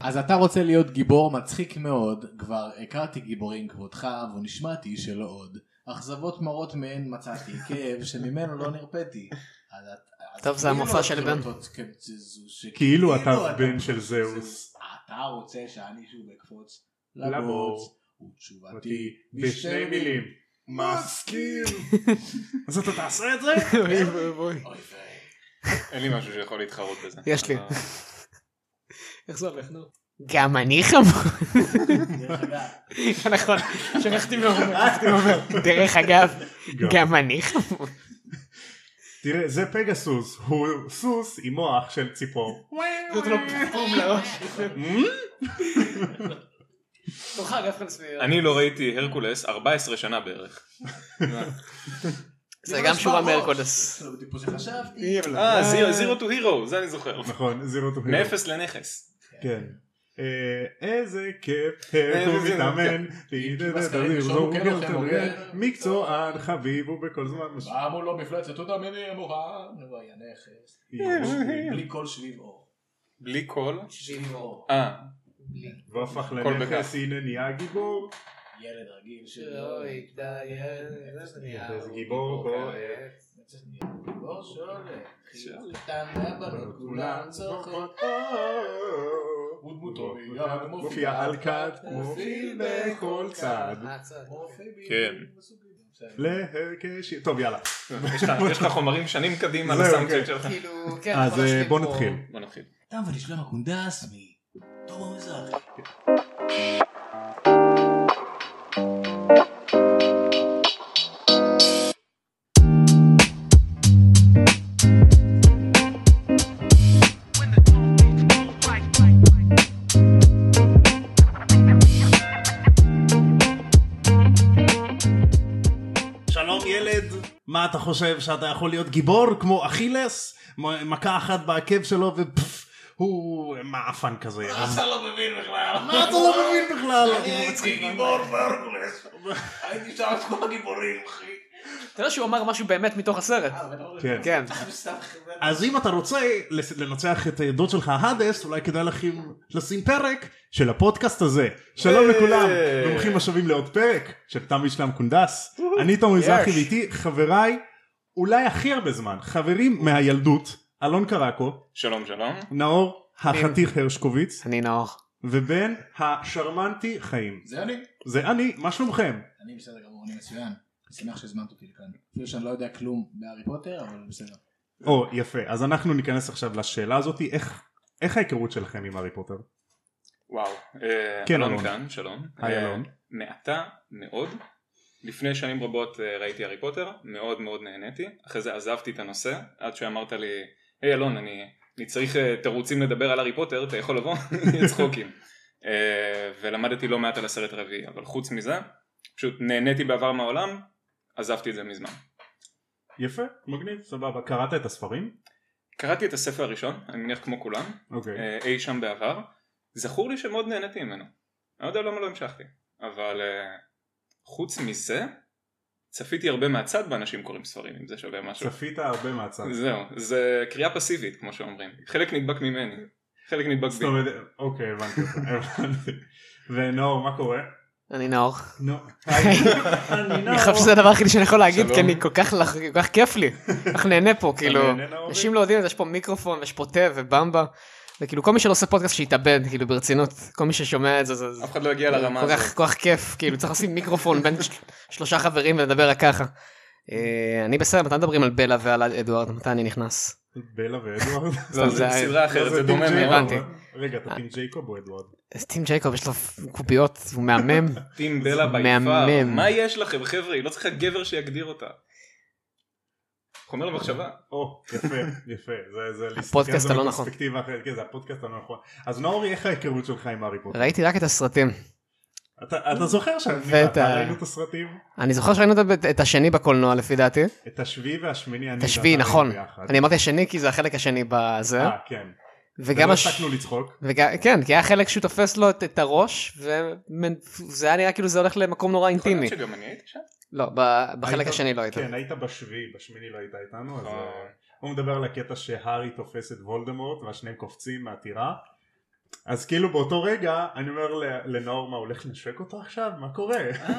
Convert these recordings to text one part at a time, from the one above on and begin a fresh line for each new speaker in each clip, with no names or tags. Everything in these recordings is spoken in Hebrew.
אז אתה רוצה להיות גיבור מצחיק מאוד, כבר הכרתי גיבורים כמותך ונשמעתי שלא עוד. אכזבות מרות מהן מצאתי, כאב שממנו לא נרפאתי. אז את- אז
טוב, זה
כאילו
המופע
את
של
כאילו
בן.
אותו- כן, זה- זה- שכאילו
כאילו אתה בן
פשוט-
של זהוס.
אתה רוצה שאני שוב אקפוץ
לבוץ.
לבוץ, ותשובתי
בשתי מילים.
מסכים.
אז אתה תעשה את זה?
אוי ואבוי.
אוי ואי.
אין לי משהו שיכול להתחרות בזה. אה,
יש לי.
אתה-
איך זה הולך נו? גם אני חמור.
דרך אגב,
נכון, שכחתי מה הוא אומר, שכחתי מה הוא אומר. דרך אגב, גם אני חמור.
תראה, זה פגסוס, הוא סוס עם מוח של ציפור.
זאת לא פום לראש.
Mm?
תורך אגב
אני לא ראיתי הרקולס 14 שנה בערך.
זה
ממש
גם שורה
בראש.
מהרקולס.
זה לא בדיוק מה שחשבתי.
כן.
אה, זירו- זירו טו הירו, זה אני זוכר.
נכון, זירו טו הירו.
מאפס לנכס.
כן. אה, איזה כיף, איך הוא
איזה-
מתאמן,
כמעט סקרים,
הוא
שלום, כן,
גבר,
כן,
כן,
כן.
מקצוען, חביב, הוא בכל זמן משהו.
בא מולו לא מפלצת, אתה מבין מוכן, הוא היה נכס. בלי כל שביב אור.
בלי קול.
שביב אור.
אה,
והפך
הכל
לנכס,
בכך.
הנה נהיה גיבור.
ילד רגיל שלא
אה,
איזה גיבור כואב.
גיבור שולט, חיוך קטן והבנות כולן צורכות. ודמותו מיד
אה, מופיע
מופיעה
על
על
כת,
כת,
מופיע
מופיע
בכל
בכל
אה,
צד.
כן.
להרכש... טוב יאללה.
יש לך- יש לך חומרים שנים קדימה
זהו,
לסאונדקט
כן.
שלך.
כאילו, כן.
אז אה, בוא נתחיל.
בוא נתחיל.
תם ונשלם הקונדס מדרום המזרח.
שלום ילד, מה אתה חושב שאתה יכול להיות גיבור כמו אכילס? מ- מכה אחת בעקב שלו ופפפ, הוא מעפן כזה. אז
אתה לא מבין בכלל.
מה אתה לא מבין בכלל?
אני הייתי גיבור בהרקולס. הייתי שם את כל הגיבורים, אחי. אה,
אתה יודע שהוא אמר משהו באמת מתוך הסרט.
כן.
כן.
אז אם אתה רוצה לס- לנצח את אה, דוד שלך האדס, אולי כדאי לכם לשים פרק של הפודקאסט הזה. שלום
אה.
לכולם, מומחים השבים לעוד פרק של תם משלם קונדס. אני
אה,
תום מזרחי ואיתי חבריי, אולי הכי הרבה זמן, חברים מהילדות, אלון קרקו,
שלום שלום.
נאור החתיך
כן.
הרשקוביץ,
אני נאור.
ובן השרמנטי חיים.
זה אני.
זה אני, מה שלומכם?
אני בסדר גמור, אני מצוין. אני שמח שהזמנת אותי לכאן. אפילו שאני לא יודע כלום בהארי פוטר, אבל בסדר.
או, יפה, אז אנחנו ניכנס עכשיו לשאלה הזאת, איך... איך ההיכרות שלכם עם הארי פוטר?
וואו. אה,
כן, אלון.
כאן, שלום.
היי,
אה,
אלון.
מעטה מאוד. לפני שנים רבות אה, ראיתי הארי פוטר, מאוד מאוד נהניתי. אחרי זה עזבתי את הנושא, עד שאמרת לי, היי אלון, אני, אני צריך אה, תירוצים לדבר על הארי פוטר, אתה יכול לבוא? צחוקים. אה, ולמדתי לא מעט על הסרט הרביעי, אבל חוץ מזה, פשוט נהניתי בעבר מהעולם, עזבתי את זה מזמן.
יפה, מגניב, סבבה. קראת את הספרים?
קראתי את הספר הראשון, אני מניח כמו כולם,
אוקיי.
אה, אי שם בעבר, זכור לי שמאוד נהניתי ממנו. אני לא יודע למה לא המשכתי, אבל אה, חוץ מזה, צפיתי הרבה מהצד באנשים קוראים ספרים, אם זה שווה משהו.
צפית הרבה מהצד.
זהו, זה קריאה פסיבית כמו שאומרים, חלק נדבק ממני, חלק נדבק
זאת
בי.
אומרת, אוקיי, הבנתי אותך, הבנתי. ונאור, מה קורה?
אני נאור.
נו.
לא. אני חושב שזה הדבר היחידי שאני יכול להגיד,
שלום.
כי אני כל כך לח- כל כך כיף לי. אנחנו נהנה פה, כאילו.
נהנה, נאור?
אנשים לא יודעים, אז יש פה מיקרופון, יש פה תה ובמבה. וכאילו כל מי שלא עושה פודקאסט שיתאבד, כאילו ברצינות. כל מי ששומע את זה, זה... זה-
אף אחד לא יגיע לרמה
כל כך,
הזאת.
כל כך כיף, כאילו צריך לשים מיקרופון בין של- שלושה חברים ולדבר רק ככה. אה, אני בסדר, מתי מדברים על בלה ועל אדוארד, מתי אני נכנס?
בלה ואדוארד.
לא,
זה
זה
היה-
סדרה אחרת, זה
טים
דומה
ג'ייקוב,
מאוד.
הבנתי.
אה? רגע, אתה טים ג'ייקוב או אדוארד?
אז טים ג'ייקוב יש לו קוביות, הוא מהמם.
טים בלה ביפר,
מהמם.
מה יש לכם חבר'ה? היא לא צריכה גבר שיגדיר אותה. חומר למחשבה.
או, יפה, יפה. זה- זה להסתכל
הפודקאסט
על זה
הלא נכון.
בפרספקטיבה אחרת, כן, זה הפודקאסט הלא נכון. אז נאורי, איך ההיכרות שלך עם הארי פוטר?
ראיתי רק את הסרטים.
אתה אתה זוכר שאני-
בטח.
אתה ראינו את הסרטים?
אני זוכר שראינו את ה- את השני בקולנוע לפי דעתי.
את השביעי והשמיני, אני
את השביעי,
ואתה
נכון.
ראינו ביחד.
אני אמרתי השני כי זה החלק השני בזה.
אה, כן.
וגם
ולא
הש...
הפסקנו לצחוק.
וגם, כן, כי היה חלק שהוא תופס לו את, את הראש, וזה היה נראה כאילו זה הולך למקום נורא
יכול להיות
אינטימי.
שגם אני הייתי שם?
לא, ב- בחלק
היית-
השני לא היית.
כן, היית בשביעי, בשמיני לא היית איתנו, אז
אה.
אה, הוא מדבר על הקטע שהארי תופס את וולדמורט והשניהם קופצים מהטירה, אז כאילו באותו רגע אני אומר ל- לנאור מה הולך לנשק אותו עכשיו מה קורה
אה,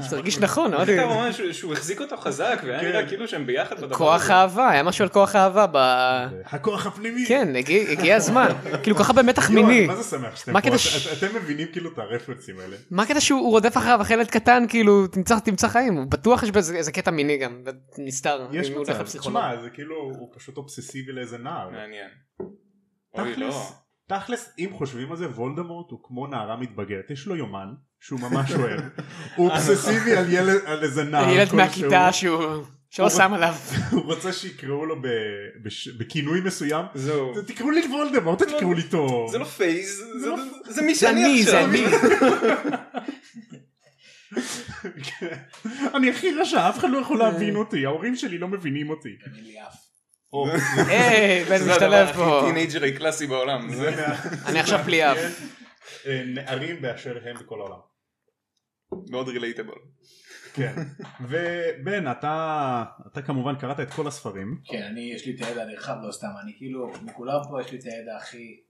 זה הרגיש נכון,
אתה
אוהד.
ממש שהוא החזיק אותו חזק והיה
כן.
נראה כאילו שהם ביחד בדבר הזה.
כוח אהבה, היה משהו על כוח אהבה ב...
הכוח הפנימי
כן, הגיע- הגיע הזמן. כאילו ככה במתח
יואו,
מיני.
מה זה שמח שאתם
מה
פה
כדי
את-
ש-
את- אתם מבינים כאילו את הרפרנסים האלה
מה הקטע שהוא הוא רודף אחריו אחרי ילד קטן, כאילו, תמצא תמצא חיים, הוא בטוח יש בזה איזה קטע מיני גם, נסתר.
יש
אם הוא הולך
מצב
לפסיכולוג.
תשמע זה כאילו הוא פשוט אובססיבי לאיזה נער
מעניין. אוי לא.
תכלס, תכלס, אם חושבים על זה, וולדמורט הוא כמו נערה מתבגרת, יש לו יומן שהוא ממש אוהב. הוא
לא-
אובססיבי על ילד, על איזה נער.
ילד
כלשהו.
מהכיתה שהוא... שלא
הוא-
שם עליו.
הוא רוצה שיקראו לו ב- בש- בכינוי מסוים.
זהו.
תקראו לי וולדמורט, אל תקראו לי תור.
זה לא פייז, זה-
לא-
זה מי
זה
שאני
אני, זה
עכשיו.
אני.
כן. אני הכי רשע, אף אחד לא יכול להבין אותי, ההורים שלי לא מבינים אותי.
אין לי אף.
או,
היי, בן
זה הדבר
משתלב פה.
הכי טינג'רי קלאסי בעולם.
זה
זה-
מה-
אני עכשיו פליאף.
אה, נערים באשר הם בכל העולם.
מאוד רילייטבול.
כן. ובן, אתה אתה כמובן קראת את כל הספרים.
כן, אני יש לי את הידע הנרחב, לא סתם, אני כאילו, מכולם פה יש לי את הידע הכי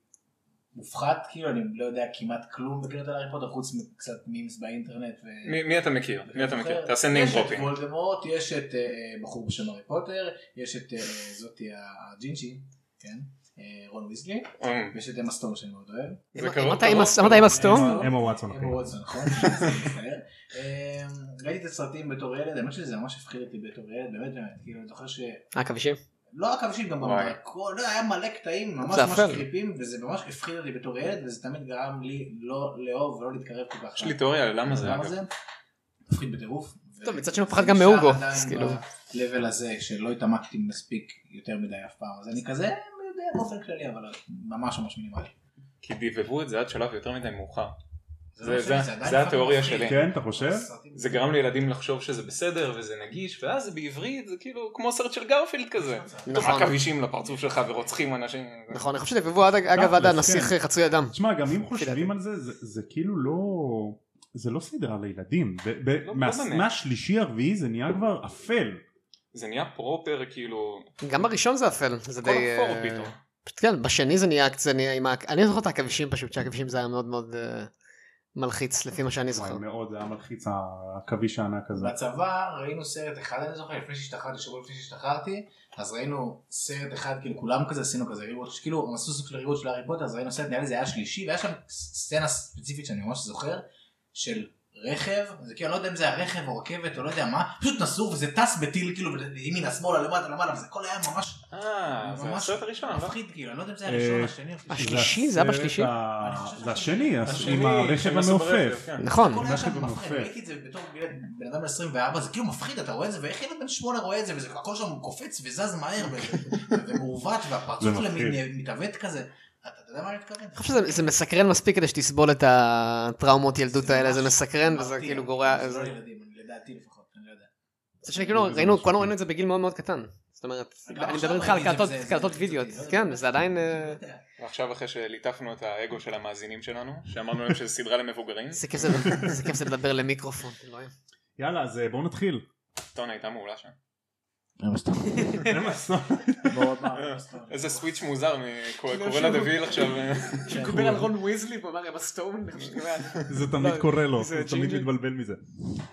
מופחת, כאילו, אני לא יודע כמעט כלום בקראת על הארי פוטר, חוץ מקצת מימס באינטרנט. ו...
מי- מי אתה מכיר? מי אתה מכיר?
זוכר.
תעשה name
יש את
dropping.
וולדמורט, יש את אה, אה, בחור בשם הארי פוטר, יש את אה, זאתי הג'ינג'י, כן, אה, רון ויזלי,
אה,
ויש את אמה סטון שאני מאוד אוהב.
זה קרוב
אמרת
קרוב.
עם הס- אמרת עם הסטום?
אמה- אמה אמ- וואטסון.
אמה וולדסון, נכון? אני מצטער. אה, ראיתי את הסרטים בתור ילד, האמת שזה ממש הפחיד אותי בתור ילד, באמת באמת, כאילו, אני זוכר ש...
אה, כבישים?
לא רק אנשים, גם
וואי.
במרקון, לא, היה מלא קטעים, ממש
זה
ממש
אפל.
קריפים, וזה ממש הפחיד אותי בתור ילד, וזה תמיד גרם לי לא לאהוב ולא להתקרב כל כך.
יש לי תיאוריה על למה זה
למה
אגב.
זה? הפחיד בטירוף.
טוב,
ו-
מצד שני הוא פחד גם מהוגו,
נשאר
אז
עדיין
כאילו.
ב-level הזה, שלא התעמקתי מספיק יותר מדי אף פעם, אז אני כזה יודע באופן כללי, אבל ממש ממש מינימלי.
כי דיבבו את זה עד שלב יותר מדי מאוחר. זה-
לא משנה,
זה-
עדיין
זה
פחד
התיאוריה
מפחיד.
שלי.
כן, אתה חושב?
סרטים-
זה גרם לילדים לחשוב שזה בסדר וזה נגיש ואז זה בעברית זה כאילו כמו סרט של גרפילד כזה.
נכון.
תופעה כבישים לפרצוף שלך ורוצחים אנשים.
נכון, אני חושב שתגבבו אגב עד
תכלס,
הנסיך
כן.
חצוי אדם.
תשמע, גם אם
דעתי.
חושבים על זה, זה- זה כאילו לא... זה לא סדרה לילדים. ב- ב-
לא
מה-
באמת.
מהשלישי הרביעי זה נהיה כבר אפל.
זה נהיה פרופר כאילו
גם בראשון זה אפל, זה
כל
די...
הפור
אה,
פתאום.
פשוט כן, בשני זה נהיה קצת, נהיה עם ה... אני זוכר את העכבישים פשוט, שהעכבישים זה היה מאוד מאוד אה, מלחיץ, לפי מה שאני
וואי,
זוכר.
מאוד זה היה מלחיץ העכביש הענק הזה.
בצבא ראינו סרט אחד, אני זוכר, לפני שהשתחררתי, שבוע לפני שהשתחררתי, אז ראינו סרט אחד, כאילו כולם כזה עשינו כזה ריבוט, כאילו הם עשו סוג של ריבוט של הארי פוטר, אז ראינו סרט, נראה לי זה היה שלישי, והיה שם סצנה ספציפית שאני ממש זוכר, של רכב, זה כאילו, אני לא יודע אם זה היה רכב או רכבת או לא יודע מה, פשוט נסעו וזה טס בטיל כאילו, ימינה, שמאלה, למטה, למעלה, וזה הכל היה ממש,
אה זה
ממש
הסרט הראשון. לא?
מפחיד, כאילו, אני לא יודע אם זה היה ראשון,
אה,
השני, או שלישי.
השלישי? זה היה
הסרט
בשלישי?
ה-
אני חושב
זה
שזה-
השני, הס-
השני,
עם הרכב
שהם עשו
המעופף.
ברכב, כן.
נכון,
הכל היה שם
רכב
מפחיד,
מעופף.
ראיתי את זה בתור ילד, בן אדם בן 24, זה כאילו מפחיד, אתה רואה את זה, ואיך ילד בן 8 רואה את זה, וזה הכל שם קופץ וזז מהר, ו- ומעוות, והפרצוף
זה מפחיד.
למין מתעוות כזה. אתה אתה יודע מה אני מתכוון?
אני חושב שזה זה מסקרן מספיק כדי שתסבול את הטראומות ילדות האלה, זה מסקרן וזה
מרתיע.
כאילו גורע...
זה
זה-
לא ילדים, אני- לדעתי לפחות, אני לא יודע.
זה שכאילו ראינו, כולנו ראינו את זה בגיל מאוד מאוד קטן. זאת אומרת,
גם
אני
עכשיו
מדבר איתך
ראיתי
על
את זה,
קלטות-
זה- זה-
קלטות
זה-
וידאו,
זה- זה-
כן, זה עדיין... אה,
לא יודע.
ועכשיו אחרי שליטפנו את האגו של המאזינים שלנו שאמרנו להם שזה סדרה למבוגרים.
איזה כיף זה- איזה כיף זה לדבר למיקרופון. אלוהים.
יאללה, אז אה, בואו נתחיל.
טונה הייתה מעולה שם.
אין מה לעשות.
לא,
איזה סוויץ' מוזר מקורונה דה ויל עכשיו. אה.
שהוא דיבר על רון ויזלי והוא אמר אמה סטון.
זה תמיד
לא,
קורה לו,
זה
הוא תמיד
ג'ינג'י.
מתבלבל מזה.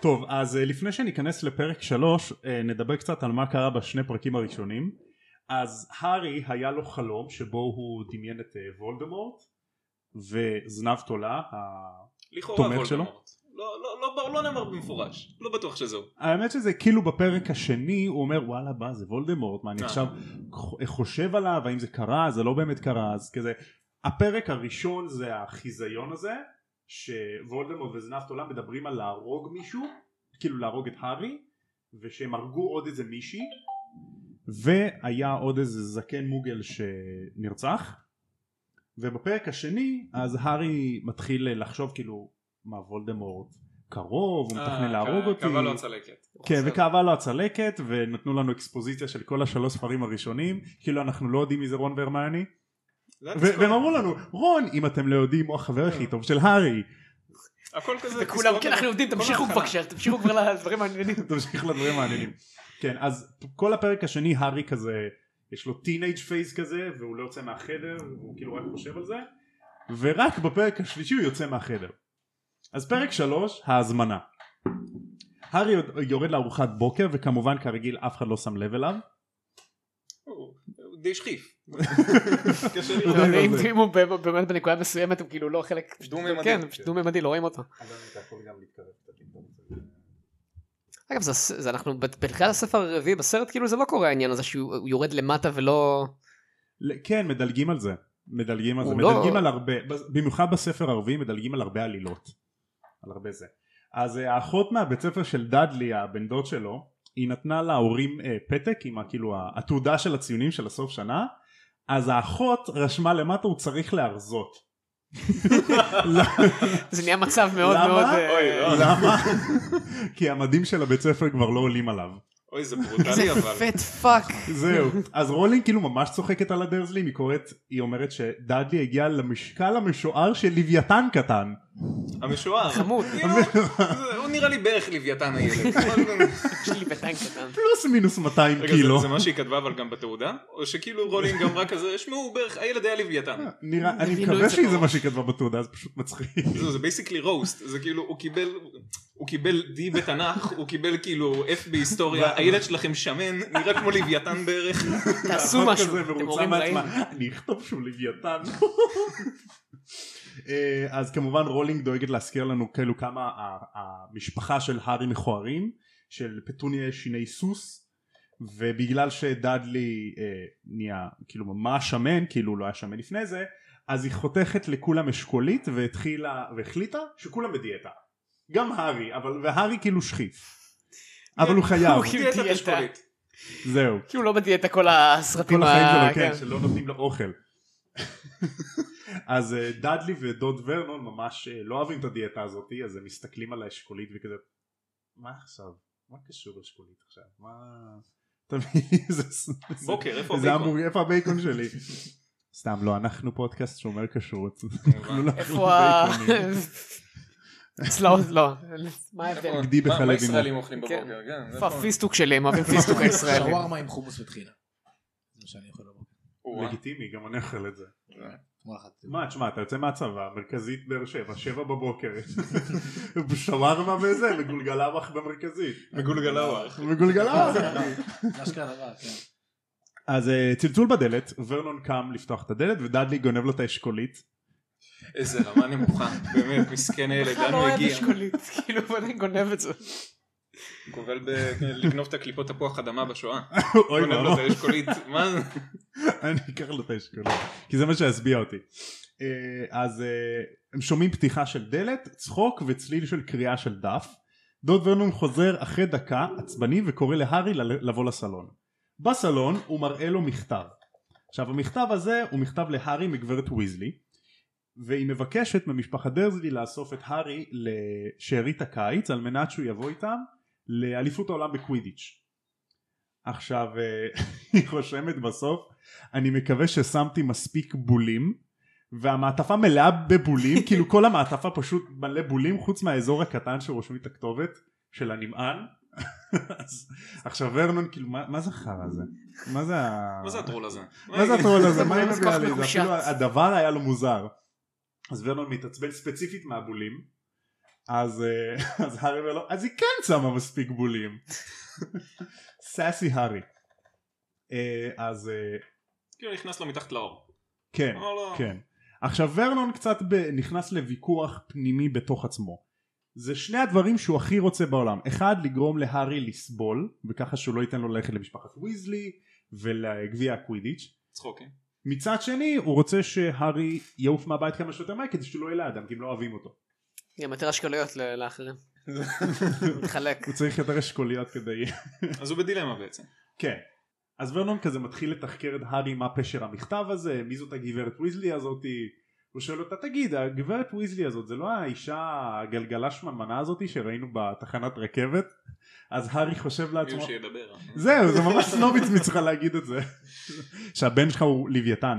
טוב, אז אה, לפני שניכנס לפרק 3, נדבר קצת על מה קרה בשני פרקים הראשונים. אז הארי היה לו חלום שבו הוא דמיין את אה, וולדמורט וזנב תולה. ה-
לכאורה
תומך שלו?
וולדמורט. לא- לא- לא בר- לא נאמר במפורש. לא בטוח שזהו.
האמת שזה כאילו בפרק השני הוא אומר וואלה בא זה וולדמורט מה אני
אה.
עכשיו ח- חושב עליו האם זה קרה זה לא באמת קרה אז כזה הפרק הראשון זה החיזיון הזה שוולדמורט וזנב תולה מדברים על להרוג מישהו כאילו להרוג את הארי ושהם הרגו עוד איזה מישהי והיה עוד איזה זקן מוגל שנרצח ובפרק השני אז הארי מתחיל לחשוב כאילו מה וולדמורט קרוב
אה,
הוא
כן,
מתכנן להרוג אותי
קבע לו הצלקת.
כן וכאבה לו הצלקת ונתנו לנו אקספוזיציה של כל השלוש ספרים הראשונים כאילו אנחנו לא יודעים מי זה רון והרמיוני
זה היה
ו-
תסכול.
והם אמרו לנו רון אם אתם לא יודעים הוא החבר הכי טוב של הארי
הכל כזה.
וכולם,
תסכול.
כן, אנחנו יודעים,
כל
תמשיכו
ההתחלה.
בבקשה, תמשיכו כבר לדברים מעניינים.
תמשיך לדברים מעניינים כן אז כל הפרק השני הארי כזה יש לו טינג' פייס כזה והוא לא יוצא מהחדר הוא כאילו רק חושב על זה ורק בפרק השלישי הוא יוצא מהחדר. אז פרק שלוש, ההזמנה. הארי יורד לארוחת בוקר וכמובן כרגיל אף אחד לא שם לב אליו.
הוא הוא די שכיף. קשה
הוא
לראות.
די
אם-
רזה.
אם הוא באמת- באמת בנקודה מסוימת הוא כאילו לא חלק
דו-ממדי.
כן, פשוט דו-ממדי לא רואים אותו. אגב זה, הס- זה אנחנו בת- בתחילת הספר הרביעי בסרט כאילו זה לא קורה העניין הזה שהוא הוא יורד למטה ולא
ל- כן, מדלגים על זה. מדלגים על זה.
הוא לא-
מדלגים על הרבה, בס- במיוחד בספר הרביעי מדלגים על הרבה עלילות. על הרבה זה. אז אה, האחות מהבית ספר של דאדלי, הבן דוד שלו, היא נתנה להורים אה, פתק עם ה- כאילו ה- התעודה של הציונים של הסוף שנה, אז האחות רשמה למטה הוא צריך להרזות.
זה נהיה מצב מאוד
למה?
מאוד אה,
אוי, לא.
למה? כי המדים של הבית ספר כבר לא עולים עליו.
אוי זה
זה
ברוטלי אבל.
פט פאק
זהו. אז רולינג כאילו ממש צוחקת על הדרזלים, היא קוראת, היא אומרת שדאדלי הגיע למשקל המשוער של לוויתן קטן.
המשוער.
חמוד.
כאילו, זה- הוא נראה לי בערך לוויתן הילד. אבל-
יש לי בטנק קטן.
פלוס מינוס 200
רגע,
קילו.
זה- זה מה שהיא כתבה אבל גם בתעודה? או שכאילו רולינג אמרה כזה, שמעו, הוא בערך, הילד היה לוויתן.
נראה, אני
הבינו
מקווה
את זה
שזה
מראש.
מה שהיא כתבה בתעודה, זה פשוט מצחיק.
זהו, זה בייסיקלי רוסט, זה כאילו, הוא קיבל, הוא קיבל D בתנ"ך, הוא קיבל כאילו F בהיסטוריה, הילד שלכם שמן, נראה כמו לוויתן בערך.
תעשו
אחות
משהו
כזה
אתם
מרוצה
הורים רעים.
מעצמה, אני אכתוב שהוא לוויתן. אה, אז כמובן רולינג דואגת להזכיר לנו כאילו כמה ה- המשפחה של הארי מכוערים, של פטוניה יש שיני סוס, ובגלל שדאדלי אה, נהיה כאילו ממש שמן, כאילו הוא לא היה שמן לפני זה, אז היא חותכת לכולם אשכולית והתחילה, והחליטה שכולם בדיאטה. גם הארי, אבל, והארי כאילו שכיף. אבל הוא חייב,
הוא כאילו
דיאטת
דיאטה.
אשכולית.
זהו.
כאילו לא בדיאטה כל הסרטים
כל החיים
ה-
שלו, כן,
כן.
שלא נותנים לו אוכל. אז אה, דאדלי ודוד ורנון ממש אה, לא אוהבים את הדיאטה הזאת, אז הם מסתכלים על האשכולית וכזה, מה עכשיו? מה קשור אשכולית עכשיו? מה... אתה מבין? זה-
בוקר, איפה
זה
הבייקון?
אמור- איפה הבייקון שלי? סתם לא, אנחנו פודקאסט שומר כשרות. לא
כמובן.
איפה ה... צלעות לא מה ההבדל?
איפה-
גדי
כן. מה-
בחלב עם-
מה ישראלים אוהלים
כן.
בבוקר? כן,
איפה
נכון.
הפיסטוק שלי הם אוהבים פיסטוק הישראלים.
שווארמה עם חומוס וטחינה. זה מה שאני יכול לומר.
או-אה.
לגיטימי, גם אני אוכל את זה.
אתמול אכלתי.
מה, תשמע, אתה יוצא מהצבא, מרכזית באר שבע, שבע בבוקר. שווארמה וזה, וגולגלמח במרכזית.
מגולגל האורך.
וגולגלמח.
לא, זה אשכרה דבר, כן.
אז אה, צלצול בדלת, ורנון קם לפתוח את הדלת ודאדלי גונב לו את האשכולית.
איזה רמה נמוכה, באמת, מסכן הילד,
בכלל
לאן
לא
הוא
אוהב
הגיע?
אשכולית כאילו הוא עדיין גונב את זה.
הוא גובל בלגנוב את הקליפות תפוח אדמה בשואה.
אוי
גונב לו את
ואבוי,
האשכולית, מה זה?
אני אקח לו את האשכולית, כי זה מה שהשביע אותי. אה, אז אה, הם שומעים פתיחה של דלת, צחוק וצליל של קריאה של דף. דוד ורנון חוזר אחרי דקה, עצבני, וקורא להארי ל- לבוא לסלון. בסלון הוא מראה לו מכתב. עכשיו המכתב הזה הוא מכתב להארי מגברת ויזלי, והיא מבקשת ממשפחת דרזלי לאסוף את הארי לשארית הקיץ על מנת שהוא יבוא איתם לאליפות העולם בקווידיץ'. עכשיו אה, היא חושמת בסוף, אני מקווה ששמתי מספיק בולים, והמעטפה מלאה בבולים, כאילו כל המעטפה פשוט מלא בולים חוץ מהאזור הקטן שרושמים את הכתובת של הנמען. אז- עכשיו ורנון כאילו מה מה זה החרא הזה? מה זה ה...
מה זה הטרול הזה?
אה. מה זה הטרול הזה?
זה
מה היא
כל כך
מביאה לי? זה
מקושט.
אפילו הדבר היה לו מוזר. אז ורנון מתעצבן ספציפית מהבולים. אז אה, אז הארי אומר לו, אז היא כן שמה מספיק בולים. סאסי הארי. אה, אז אה,
כאילו נכנס לו מתחת לאור. לא,
כן,
אמר לו,
כן. עכשיו ורנון קצת ב- נכנס לוויכוח פנימי בתוך עצמו. זה שני הדברים שהוא הכי רוצה בעולם. אחד, לגרום להארי לסבול, וככה שהוא לא ייתן לו ללכת למשפחת ויזלי ולגביע הקווידיץ'.
צחוקים.
מצד שני הוא רוצה שהארי יעוף מהבית כמה שיותר מהר כדי שלא יהיה לאדם כי הם לא אוהבים אותו.
גם יותר אשכוליות ל- לאחרים. מתחלק.
הוא צריך יותר אשכוליות כדי...
אז הוא בדילמה בעצם.
כן. אז ורנון כזה מתחיל לתחקר את הארי מה פשר המכתב הזה, מי זאת הגברת ויזלי הזאתי. הוא שואל אותה תגיד הגברת ויזלי הזאת זה לא האישה הגלגלה שמנמנה הזאתי שראינו בתחנת רכבת? אז הארי חושב
מישהו
לעצמו...
שידבר.
זהו זה ממש סנוביץ מצליחה להגיד את זה. שהבן שלך הוא לוויתן.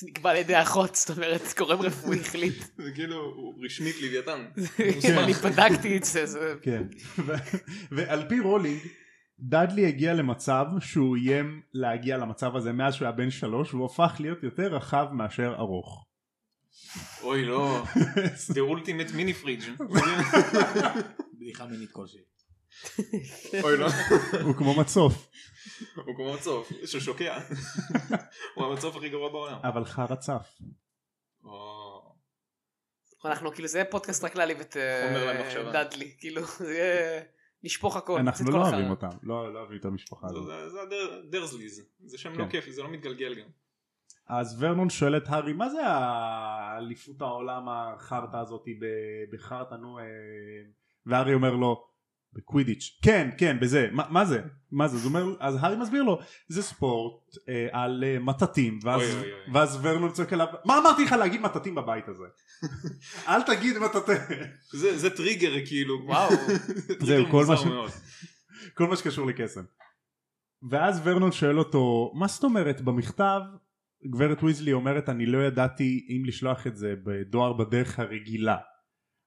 זה נקבע על ידי האחות זאת אומרת גורם רפואי החליט.
זה כאילו, הוא רשמית לוויתן.
אני בדקתי את זה. זה-
כן. ו- ועל פי רולינג, דאדלי הגיע למצב שהוא איים להגיע למצב הזה מאז שהוא היה בן שלוש והוא הפך להיות יותר רחב מאשר ארוך.
אוי לא, The Ultimate מיני פריג'
בדיחה מינית כלשהי.
אוי לא,
הוא כמו מצוף.
הוא כמו מצוף ששוקע, הוא המצוף הכי גרוע בעולם.
אבל חרא צף. אה.
או,
אנחנו כאילו זה יהיה פודקאסט רק להעליב את אה,
חומר למחשבה.
דאדלי, כאילו זה יהיה נשפוך הכל. נוציא את כל
אנחנו לא
החרא.
אוהבים אותם, לא לא אוהבים את המשפחה הזאת.
זה- זה הדר- דרזליז, זה שם לא
כן.
כיפי, זה לא מתגלגל גם.
אז ורנון שואל את הארי מה זה האליפות העולם החרטא הזאת ב- בחרטא נו אה, והארי אומר לו בקווידיץ' כן כן בזה מה, מה זה מה זה אז, הוא אומר, אז הארי מסביר לו זה ספורט אה, על אה, מטאטים ואז,
אוי, אוי, אוי.
ואז ורנון צועק אליו מה אמרתי לך להגיד מטאטים בבית הזה אל תגיד מטאטים
זה זה טריגר כאילו,
וואו,
זה
זהו,
טריגר
כל מה
מוזר
ש-
מאוד.
כל מה שקשור לקסם. ואז ורנון שואל אותו מה זאת אומרת במכתב גברת ויזלי אומרת אני לא ידעתי אם לשלוח את זה בדואר בדרך הרגילה.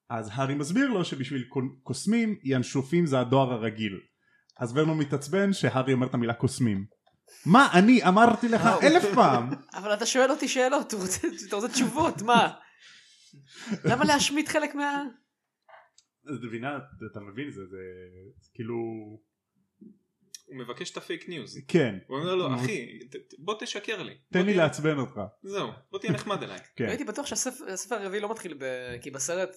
אז הארי מסביר לו שבשביל קו- קוסמים ינשופים זה הדואר הרגיל. אז ורנון מתעצבן שהארי אומר את המילה קוסמים. מה אני אמרתי לך
וואו.
אלף פעם
אבל אתה שואל אותי שאלות, הוא רוצה- אתה רוצה תשובות, מה? למה להשמיט חלק מה...
אז אתה מבינה, אתה מבין זה זה זה כאילו
הוא מבקש את הפייק ניוז.
כן
הוא אומר לו
נו.
אחי ת- ת- בוא תשקר לי. בוא
תן לי
תהיה-
לעצבן אותך
זהו, בוא תהיה נחמד אליי.
כן
הייתי בטוח שהספר הספר הרביעי לא מתחיל ב... כי בסרט,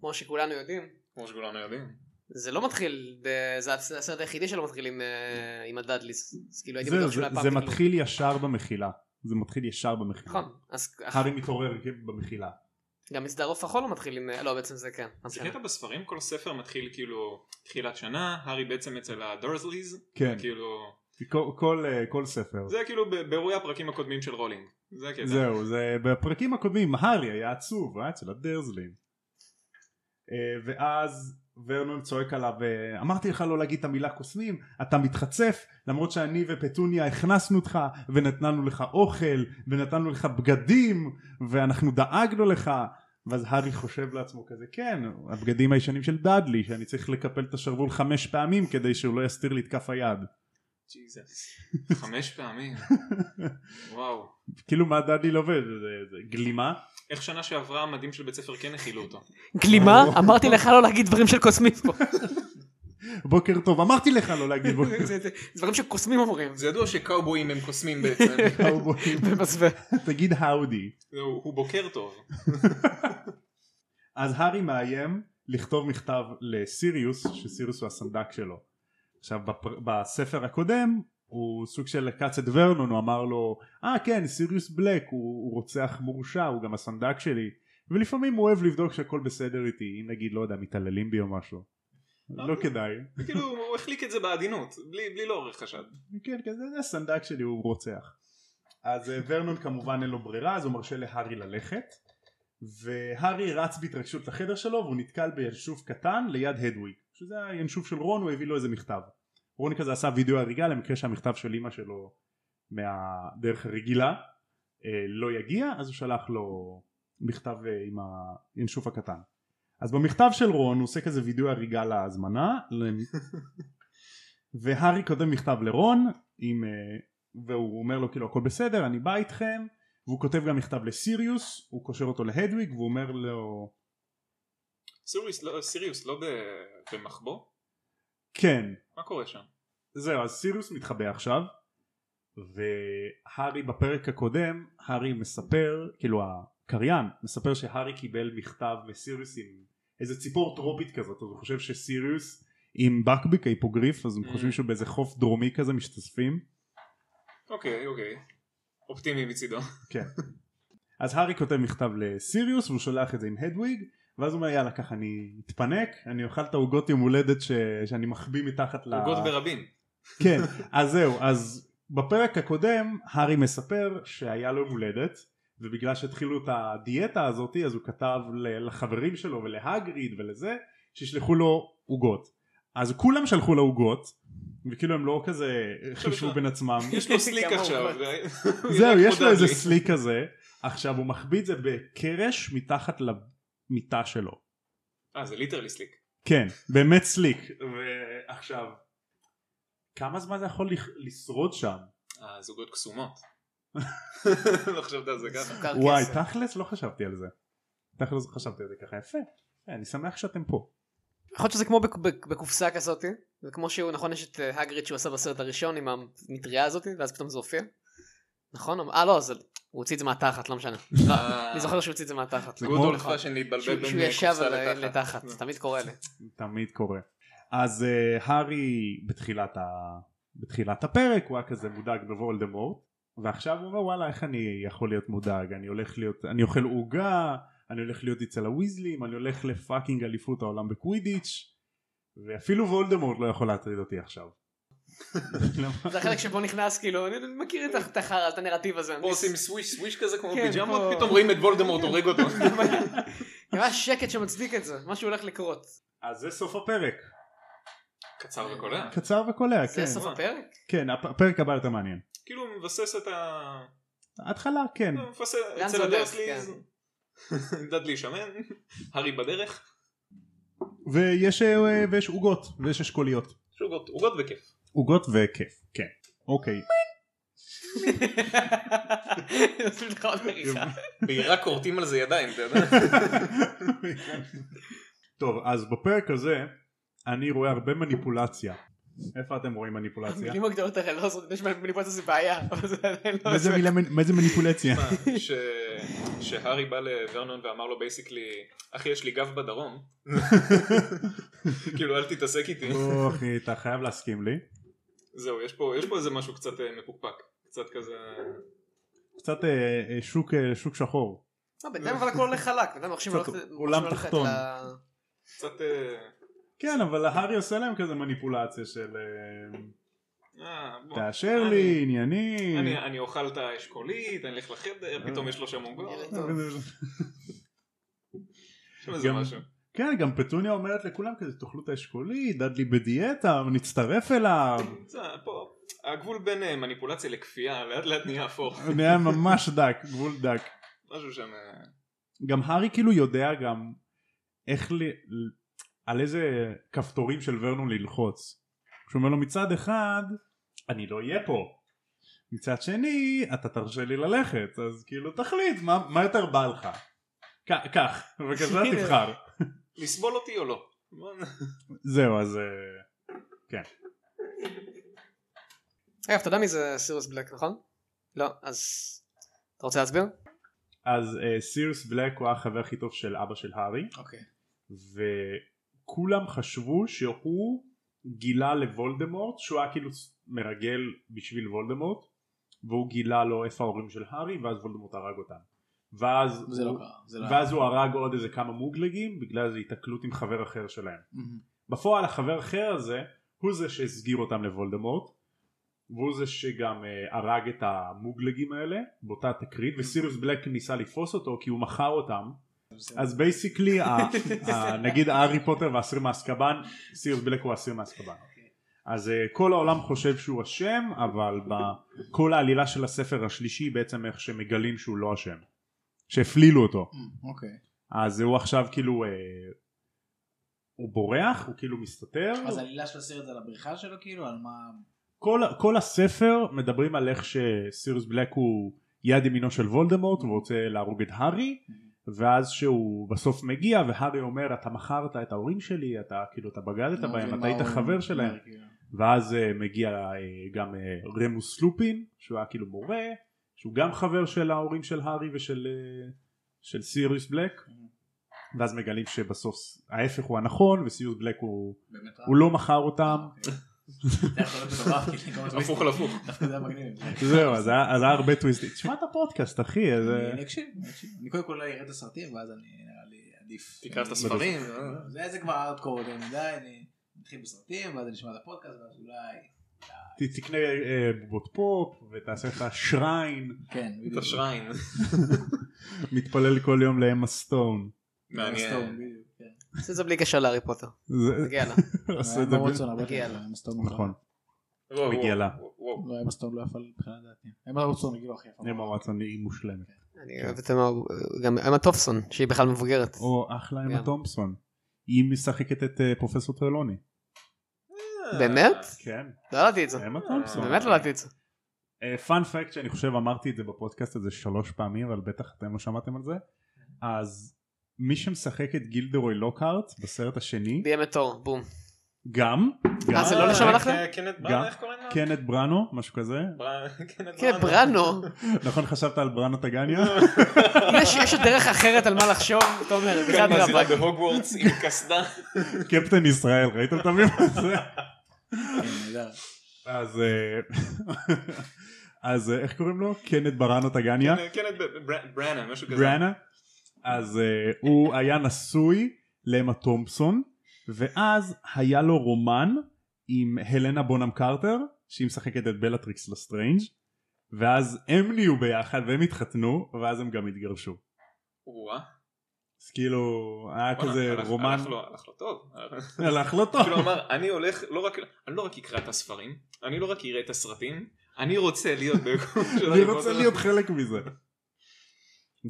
כמו שכולנו יודעים,
כמו שכולנו יודעים.
זה לא מתחיל, ב... זה הס- הסרט היחידי שלא מתחיל עם, אה, עם הדאדליס. אז כאילו הייתי
זהו,
בטוח
זה
שאולי הפעם...
זה
תגלו.
מתחיל ישר במחילה זה מתחיל ישר במחילה.
נכון, אז
הארי מתעורר במחילה.
גם מסדר עוף החול לא מתחיל עם... לא, בעצם זה כן.
זה קטע בספרים כל ספר מתחיל כאילו תחילת שנה הארי בעצם אצל הדורזליז
כן,
כאילו
כל- כל אה, כל ספר.
זה כאילו ב- באירועי הפרקים הקודמים של רולינג. זה הקטע.
זהו, זה בפרקים הקודמים הארי היה עצוב, הוא היה אצל הדרזלים. אה, ואז ורנון צועק עליו, אה, אמרתי לך לא להגיד את המילה קוסמים, אתה מתחצף, למרות שאני ופטוניה הכנסנו אותך, ונתנו לך אוכל, ונתנו לך בגדים, ואנחנו דאגנו לך. ואז הארי חושב לעצמו כזה, כן, הבגדים הישנים של דאדלי, שאני צריך לקפל את השרוול חמש פעמים כדי שהוא לא יסתיר לי את כף היד.
ג'יזוס. חמש פעמים. וואו.
כאילו מה דאדלי לא עובד, זה- זה גלימה?
איך שנה שעברה המדים של בית ספר כן הכילו אותו.
גלימה?
אה.
אמרתי לך לא להגיד דברים של קוסמים פה.
בוקר טוב, אמרתי לך לא להגיד בוקר
זה- זה- זה דברים שקוסמים אומרים.
זה ידוע שקאובויים הם קוסמים בעצם.
טוב, בואי,
במסווה.
תגיד האודי.
זהו, הוא בוקר טוב.
אז הארי מאיים לכתוב מכתב לסיריוס, שסיריוס הוא הסנדק שלו. עכשיו בפר... בספר הקודם הוא סוג של עקץ את ורנון, הוא אמר לו, אה ah, כן, סיריוס בלק הוא, הוא רוצח מורשע, הוא גם הסנדק שלי. ולפעמים הוא אוהב לבדוק שהכל בסדר איתי, אם נגיד, לא יודע, מתעללים בי או משהו. לא כדאי.
כאילו הוא החליק את זה בעדינות, בלי בלי לעורר חשד.
כן, כזה, זה הסנדק שלי, הוא רוצח. אז אה, ורנון כמובן אין לו ברירה, אז הוא מרשה להארי ללכת, והארי רץ בהתרגשות לחדר שלו, והוא נתקל בינשוף קטן ליד הדוויג, שזה הינשוף של רון, הוא הביא לו איזה מכתב. רון כזה עשה וידאו הריגה למקרה שהמכתב של אימא שלו מהדרך הרגילה אה, לא יגיע, אז הוא שלח לו מכתב אה, עם הינשוף הקטן. אז במכתב של רון הוא עושה כזה וידאו הריגה להזמנה, למ- והארי כותב מכתב לרון עם, אה, והוא אומר לו כאילו הכל בסדר אני בא איתכם והוא כותב גם מכתב לסיריוס הוא קושר אותו להדוויג והוא אומר לו
סיריוס לא- סיריוס לא ב- במחבוא?
כן
מה קורה שם?
זהו אז סיריוס מתחבא עכשיו והארי בפרק הקודם הארי מספר כאילו הקריין מספר שהארי קיבל מכתב מסיריוס עם איזה ציפור טרופית כזאת אז הוא חושב שסיריוס עם בקביק ההיפוגריף אז הם
Mm.
חושבים שהוא באיזה חוף דרומי כזה משתספים
אוקיי, אוקיי. אופטימי מצידו.
אז הארי כותב מכתב לסיריוס והוא שולח את זה עם הדוויג ואז הוא אומר יאללה ככה אני אתפנק אני אוכל את העוגות יום הולדת ש... שאני מחביא מתחת ל...
עוגות ברבים.
כן אז זהו אז בפרק הקודם הארי מספר שהיה לו יום הולדת ובגלל שהתחילו את הדיאטה הזאתי אז הוא כתב ל- לחברים שלו ולהגריד ולזה שישלחו לו עוגות אז כולם שלחו לו עוגות וכאילו הם לא כזה חישבו בין עצמם
יש לו סליק
כמה
עכשיו. אה,
עוגות.
זה-
זהו,
נראה
יש
כמו
לו איזה
דאדלי.
סליק כזה, עכשיו הוא מחביא את זה בקרש מתחת למיטה שלו.
אה, זה ליטרלי סליק.
כן, באמת סליק. ועכשיו, כמה זמן זה יכול לח- לשרוד שם?
אה, זוגות קסומות. לא חשבת על זה ככה.
סוכר
וואי
כסף.
תכלס לא חשבתי על זה. תכלס לא חשבתי על זה ככה יפה. אה, אני שמח שאתם פה.
יכול להיות שזה כמו בק- בק- בקופסה כזאת, וכמו שהוא, נכון, יש את אה, הגריד שהוא עשה בסרט הראשון עם המטריה הזאת, ואז פתאום זה הופיע. נכון? אה לא, זה... הוא הוציא את זה מהתחת, לא משנה.
אה,
אני זוכר שהוא הוציא את זה מהתחת.
גוד אולד
נכון.
פאשן להתבלבל
שהוא
בין אה,
שהוא ישב
קופסה
על- אה,
לתחת.
כן.
אה.
לתחת, תמיד קורה לי.
תמיד קורה. אז uh, הארי בתחילת, ה... בתחילת הפרק הוא היה כזה מודאג בוולדמורט ועכשיו הוא אומר וואלה איך אני יכול להיות מודאג אני הולך להיות אני אוכל עוגה אני הולך להיות אצל הוויזלים אני הולך לפאקינג אליפות העולם בקווידיץ' ואפילו וולדמורט לא יכול להטריד אותי עכשיו. למה?
זה החלק שבו נכנס, כאילו, אני מכיר את ה- את החרא, את הנרטיב הזה.
פה עושים סוויש סוויש כזה כמו
כן,
פיג'מות
פה.
פתאום רואים את וולדמורט הורג אותו.
ממש שקט שמצדיק את זה, משהו הולך לקרות.
אז זה סוף הפרק
קצר וקולע.
קצר וקולע
זה
כן,
סוף הפרק?
כן הפ- הפרק הבא יותר מעניין.
כאילו הוא מבסס את ה...
ההתחלה כן
הוא מבסס
לאן
אצל
זה כן. הולך,
הדרסליז. דדלי שמן. הארי בדרך.
ויש אה, ויש עוגות ויש אשכוליות.
יש עוגות עוגות וכיף.
עוגות וכיף, כן. אוקיי.
עושים לך עוד מריחה.
בעיראק כורתים על זה ידיים אתה יודע.
טוב, אז בפרק הזה אני רואה הרבה מניפולציה. איפה אתם רואים מניפולציה?
המילים הגדולות האלה לא עוזרות, יש מניפולציה זה בעיה, אבל זה עדיין לא
איזה
עוזר.
מילה מנ- מה זה מניפולציה?
מה, ש- שהארי בא לוורנון ואמר לו בייסיקלי אחי יש לי גב בדרום. כאילו אל תתעסק איתי.
או, אחי, אוקיי, אתה חייב להסכים לי.
זהו יש פה יש פה איזה משהו קצת אה, מפוקפק. קצת כזה.
קצת אה, אה, שוק, אה, שוק שחור.
לא, בינתיים אבל הכל הולך חלק, בינתיים מרשים לו
קצת
ללכת-
עולם
מרשים לו ללכת
תחתון.
ל-
קצת. אה,
כן, אבל הארי עושה להם כזה מניפולציה של אה,
אה, בוא.
תאשר
אני-
לי, ענייני.
אני, אני אוכל את האשכולית, אני אלך לחדר, פתאום יש לו שם עוגות.
נראה טוב.
אה,
יש שם איזה
גם-
משהו.
כן, גם פטוניה אומרת לכולם כזה, תאכלו את האשכולי, דדלי בדיאטה, נצטרף אליו.
זה, פה, הגבול בין אה, מניפולציה לכפייה לאט לאט נהיה אפור.
הוא נהיה ממש דק, גבול דק.
משהו שם... אה,
גם הארי כאילו יודע גם איך ל... על איזה כפתורים של ורנון ללחוץ. כשהוא אומר לו מצד אחד, אני לא אהיה פה. מצד שני, אתה תרשה לי ללכת, אז כאילו תחליט, מה, מה יותר בא לך? ק- קח, בבקשה
הנה.
תבחר.
לסבול אותי או לא? בוא נ-
זהו, אז... אה,
אגב, אתה יודע מי זה סירוס בלק, נכון? לא, אז... אתה רוצה להסביר?
אז אה, סיריוס בלק הוא החבר הכי טוב של אבא של הארי,
אוקיי.
וכולם חשבו שהוא גילה לוולדמורט שהוא היה כאילו מרגל בשביל וולדמורט והוא גילה לו איפה ההורים של הארי ואז וולדמורט הרג אותם ואז,
זה לא
הוא,
קרה. זה לא היה.
ואז הוא הרג עוד איזה כמה מוגלגים בגלל איזו התקלות עם חבר אחר שלהם
מהמם.
בפועל החבר אחר הזה הוא זה שהסגיר אותם לוולדמורט והוא זה שגם אה, הרג את המוגלגים האלה באותה תקרית וסיריוס בלק ניסה לתפוס אותו כי הוא מכר אותם אז בייסיקלי נגיד הארי פוטר והאסיר מאסקבן סיריוס בלק הוא האסיר מאסקבן אז אה, כל העולם חושב שהוא אשם אבל בכל העלילה של הספר השלישי בעצם איך שמגלים שהוא לא אשם שהפלילו אותו
Mm, אוקיי.
אז הוא עכשיו כאילו אה, הוא בורח הוא כאילו מסתתר
אז העלילה של הסרט זה על הבריחה שלו כאילו? על מה...
כל, כל הספר מדברים על איך שסיריוס בלק הוא יד ימינו של וולדמורט הוא רוצה להרוג את הארי ואז שהוא בסוף מגיע והארי אומר אתה מכרת את ההורים שלי אתה כאילו אתה בגדת
אני לא מבין
בהם אתה
מה
היית
הוא
חבר
אומר,
שלהם
כאילו.
ואז אה, מגיע אה, גם אה, רמוס לופין שהוא היה כאילו מורה שהוא גם חבר של ההורים של הארי ושל אה, של סיריוס בלק ואז מגלים שבסוף ההפך הוא הנכון וסיריוס בלק הוא,
באמת רע?
הוא לא מכר אותם
אוקיי. זה יכול להיות מטורף, כאילו, כמה
הפוך על הפוך.
דווקא זה היה מגניב.
זהו אז היה אז היה הרבה טוויסטים תשמע את הפודקאסט אחי אז, אה,
אני אקשיב, אני אקשיב. אני קודם כל לא אראה את הסרטים ואז אני נראה לי עדיף.
תקרא את
אני-
הספרים.
זה זה כבר ארדקור יותר מדי, אני מתחיל בסרטים ואז אני אשמע את הפודקאסט ואז אולי...
ת- תקנה אה, בובות פופ ותעשה לך שריין
כן,
את
בדיוק.
השריין.
אה, מתפלל כל יום לאמה סטון.
מעניין.
סטון, בדיוק, כן.
עושה את זה בלי קשר להארי פוטר.
זה-
תגיע לה.
עושה את זה
היה
ב-
מרוצון, הרבה יותר,
מגיע
היה מסטון
נכון.
וואו, וואו,
מגיע לה.
וואו.
לא היה מסטון לא יפה מבחינת דעתי. היה מרוצון, כאילו הכי יפה.
אמה וואטסון היא מושלמת.
אני אוהב את אמה, גם אמה טופסון, שהיא בכלל מבוגרת.
כן. או אחלה אמה
גם.
תומפסון. היא משחקת את אה, פרופסור טרלוני.
באמת?
כן.
לא ידעתי את זה.
אמה תומפסון.
לא- באמת לא ידעתי את זה.
פאנפקט אה, שאני חושב אמרתי את זה בפודקאסט הזה שלוש פעמים אבל בטח אתם לא שמעתם על זה אז מי שמשחק את גילדרוי לוקהארט בסרט השני
ביים את תור, בום.
גם
אה, זה לא לשם הלכת?
קנד
גם. כן.
בראנו, כן, איך קוראים לו?
קנט בראנו משהו כזה
ברא- קנד
אה.
כן, בראנו.
נכון חשבת על בראנו טגניה?
יש יש עוד דרך אחרת על מה לחשוב, תומר,
כן,
אדרבה.
מזילה בהוגוורטס עם קסדה.
קפטן ישראל ראיתם את המים הזה?
כן, נהדר.
אז אה, אז אה, איך קוראים לו? קנט בראנו טגניה?
קנד בראנה, משהו כזה.
בראנה אז אה, הוא היה נשוי לאמה תומפסון ואז היה לו רומן עם הלנה בונם קרטר שהיא משחקת את בלאטריקס לסטריינג' ואז הם נהיו ביחד והם התחתנו ואז הם גם התגרשו
וואה.
אז כאילו היה כזה
הלך-
רומן
הלך לו- הלך לו טוב.
הלך לא טוב
כאילו אמר, אני הולך, לא רק- אני לא רק אקרא את הספרים, אני לא רק אראה את הסרטים, אני רוצה להיות ביקום של
אני
הארי
רוצה
פוטר.
להיות חלק מזה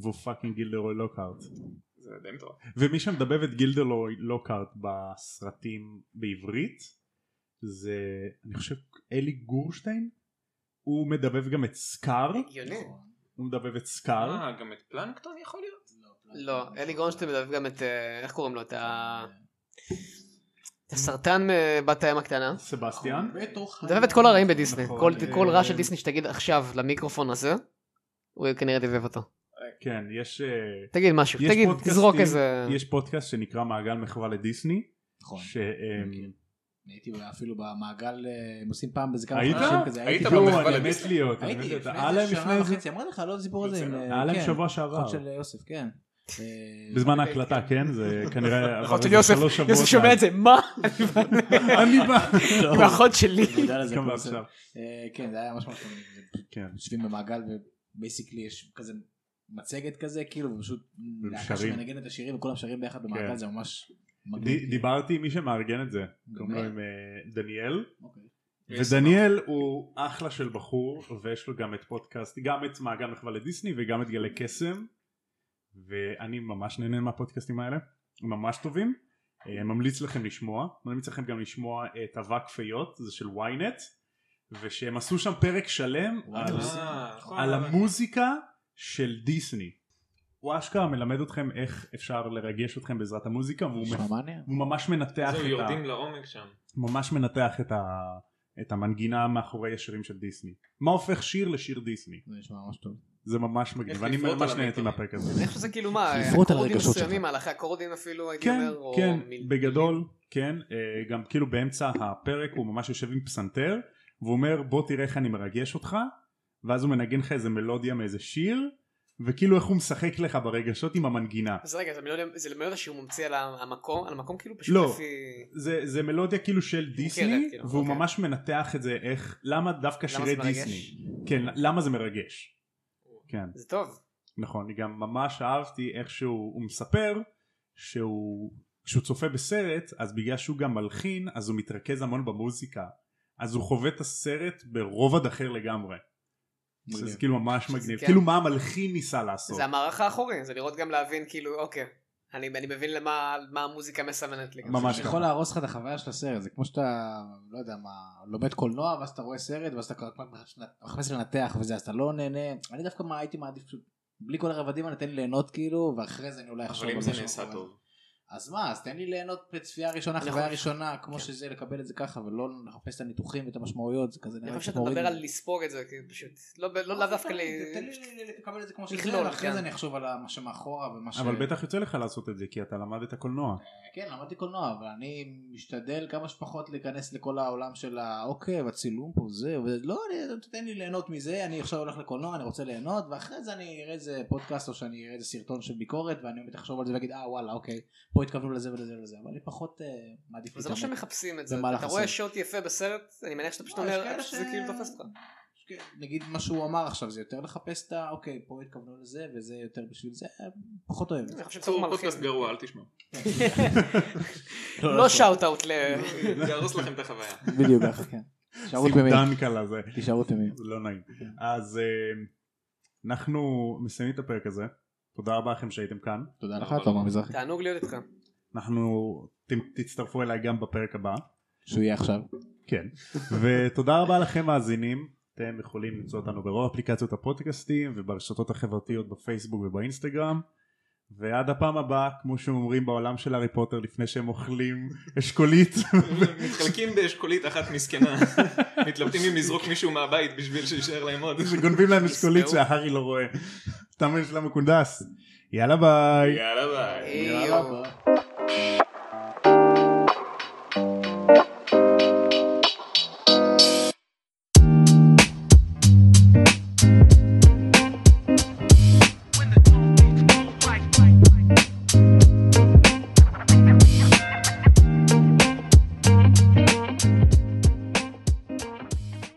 והוא פאקינג גילדרוי לוקהארט
זה די מטורף.
ומי שמדבב את גילדלוי לוקארט בסרטים בעברית זה אני חושב אלי גורשטיין הוא מדבב גם את סקאר
הגיוני.
הוא מדבב את סקאר
אה, גם את פלנקטון יכול להיות?
לא, אלי גרונשטיין מדבר גם את, אה, איך קוראים לו? את
אה,
ה- את הסרטן מבת הים הקטנה.
סבסטיאן
בתוך...
הוא מדבב את כל הרעים בדיסני.
נכון.
כל- כל רע של
אה,
דיסני שתגיד עכשיו למיקרופון הזה, הוא כנראה דבב אותו.
כן יש אה,
תגיד משהו,
יש
תגיד,
פודקאסטים-
תזרוק איזה...
יש פודקאסט שנקרא מעגל מחווה לדיסני אה,
נכון.
שהם
הייתי אולי אפילו במעגל, אה, הם עושים פעם באיזה כמה
היית?
חודשים כזה.
היית
הייתי-
במעגל?
יואו, אני
במחווה
מת
לדיסני?
להיות אני מת
הייתי
להיות.
לפני
היה
איזה
להם
שנה
לפני
וחצי, אמרתי לך, לא, זה סיפור הזה עם...
ברצינות.
אה,
היה להם
כן,
שבוע שעבר
אחות של יוסף, כן. אה,
בזמן ההקלטה כן זה כנראה עבר
אחות של
איזה
יוסף,
שלוש שבועות
יוסף שומע את זה, מה? אני בא- נכון.
אני בא
לא,
ואחות שלי.
אני מודע לזה,
גם
הכל
עכשיו
בסדר. אה, כן, זה היה ממש ממש מגניב. זה פשוט
כן
יושבים במעגל ובייסיקלי יש כזה מצגת כזה, כאילו, ופשוט להקה
שרים.
שמנגנת את השירים וכולם שרים ביחד במעגל,
כן.
זה ממש
ד-
מגניב.
דיברתי עם מי שמארגן את זה, קוראים לו
באמת?
עם אה, דניאל,
אוקיי.
ודניאל הוא אחלה של בחור ויש לו גם את פודקאסט, גם את מעגל מחווה לדיסני וגם את גלי קסם, ואני ממש נהנה מהפודקאסטים האלה, הם ממש טובים, אה, ממליץ לכם לשמוע, ממליץ לכם גם לשמוע את אבק פיות, זה של ynet, ושהם עשו שם פרק שלם על-
וואלה.
אה, נכון.
על המוזיקה של דיסני. הוא אשכרה מלמד אתכם איך אפשר לרגש אתכם בעזרת המוזיקה והוא
נשמע מעניין.
הוא ממש מנתח
זהו,
את, ה...
יורדים לעומק שם.
ממש מנתח את, ה... את המנגינה מאחורי השירים של דיסני. מה הופך שיר לשיר דיסני?
זה נשמע ממש טוב.
זה ממש מגניב. אני
לפרוט
ממש
על
נהניתי
המיתרים.
מהפרק הזה.
איך שזה כאילו מה,
לפרוט על
אקורדים
הרגשות
מסוימים,
שלך.
מהלכי אקורדים אפילו, הייתי
כן,
אומר, או
כן,
מיל-
בגדול, כן. אה, גם כאילו באמצע הפרק הוא ממש יושב עם פסנתר, והוא אומר בוא תראה איך אני מרגש אותך, ואז הוא מנגן לך איזה מלודיה מאיזה שיר, וכאילו איך הוא משחק לך ברגשות עם המנגינה.
אז רגע, זה מלודיה- זה מלודיה שהוא ממציא על המקום, על המקום כאילו
לא.
פשוט לפי...
זה, זה מלודיה כאילו של דיסני,
מוכרת, כאילו,
והוא
אוקיי.
ממש מנתח את זה איך, למה דווקא
למה זה
שירי
מרגש?
דיסני. כן, למה זה מרגש. כן.
זה טוב.
נכון, אני גם ממש אהבתי איך שהוא הוא מספר שהוא, כשהוא צופה בסרט, אז בגלל שהוא גם מלחין, אז הוא מתרכז המון במוזיקה. אז הוא חווה את הסרט ברובד אחר לגמרי.
מגניב.
זה כאילו ממש
שזה
מגניב.
כן.
כאילו מה המלחין ניסה לעשות.
זה המערך האחורי, זה לראות גם להבין כאילו, אוקיי, אני אני מבין למה מה המוזיקה מסמנת לי. גם.
ממש
זה
ככה.
יכול להרוס לך את החוויה של הסרט, זה כמו שאתה, לא יודע מה, לומד קולנוע, ואז אתה רואה סרט, ואז אתה כל הזמן מחפש לנתח וזה, אז אתה לא נהנה, אני דווקא מה הייתי מעדיף, פשוט, בלי כל הרבדים האלה, תן לי ליהנות כאילו, ואחרי זה אני אולי אחשוב
אבל אם
על
זה
משהו
נעשה
אחר.
טוב.
אז מה, אז תן לי ליהנות בצפייה ראשונה,
אני
חוויה
חושב-
ראשונה, כמו
כן.
שזה, לקבל את זה ככה, ולא לחפש את הניתוחים ואת המשמעויות, זה כזה
אני
נראה
חושב
קצת
שאתה
מוריד
מדבר
את
על
זה.
לספוג את זה, כי פשוט, לא ב- לא לאו דווקא ל...
תן לי לקבל את זה כמו שזה,
לכלול,
ואחרי
כן.
זה אני אחשוב על מה שמאחורה ומה ש...
אבל בטח יוצא לך לעשות את זה, כי אתה למדת קולנוע.
כן, למדתי קולנוע, אבל אני משתדל כמה שפחות להיכנס לכל העולם של העוקב, הצילום פה, זה, ולא, אני- תן לי ליהנות מזה, אני עכשיו הולך לקולנוע, אני רוצה ליהנות, ואחרי זה אני אראה איזה פודקאסט או שאני אראה איזה סרטון של ביקורת, ואני באמת אחשוב על זה ואגיד, אה וואלה, אוקיי, פה התכוונו לזה ולזה ולזה, אבל אני פחות אה, מעדיף
זה לא
להתעמק.
שמחפשים את זה,
במהלך
אתה רואה
הסרט.
שוט יפה בסרט, אני מניח שאתה פשוט
לא, יש
אומר,
כאלה
"אה, זה
ש-
כאילו תופס אותך.
כן, נגיד מה שהוא אמר עכשיו, זה יותר לחפש את ה, אוקיי, פה התכוונו לזה, וזה יותר בשביל זה, פחות אוהב.
אני חושב שצריך
צור
מלחין.
פודקאסט גרוע, אל תשמעו.
לא שאוט אאוט ל...
זה יהרוס לכם את החוויה.
בדיוק ככה, כן. תישארו
שים
תמימים,
דנק על הזה.
תישארו תמימים.
זה לא נעים. אז אה, אנחנו מסיימים את הפרק הזה. תודה רבה לכם שהייתם כאן.
תודה לך,
אבל-
תומר מזרחי,
תענוג להיות איתך.
אנחנו, אתם תצטרפו אליי גם בפרק הבא.
שהוא יהיה עכשיו.
כן. ותודה רבה לכם מאזינים. אתם יכולים למצוא אותנו ברוב אפליקציות הפודקאסטים וברשתות החברתיות בפייסבוק ובאינסטגרם. ועד הפעם הבאה, כמו שאומרים בעולם של הארי פוטר לפני שהם אוכלים אשכולית.
מתחלקים באשכולית אחת מסכנה, מתלבטים אם לזרוק מישהו מהבית בשביל שיישאר להם עוד.
שגונבים להם אשכולית שההארי לא רואה. תאמין של המקונדס. יאללה ביי.
אה,
יאללה ביי.
יאללה.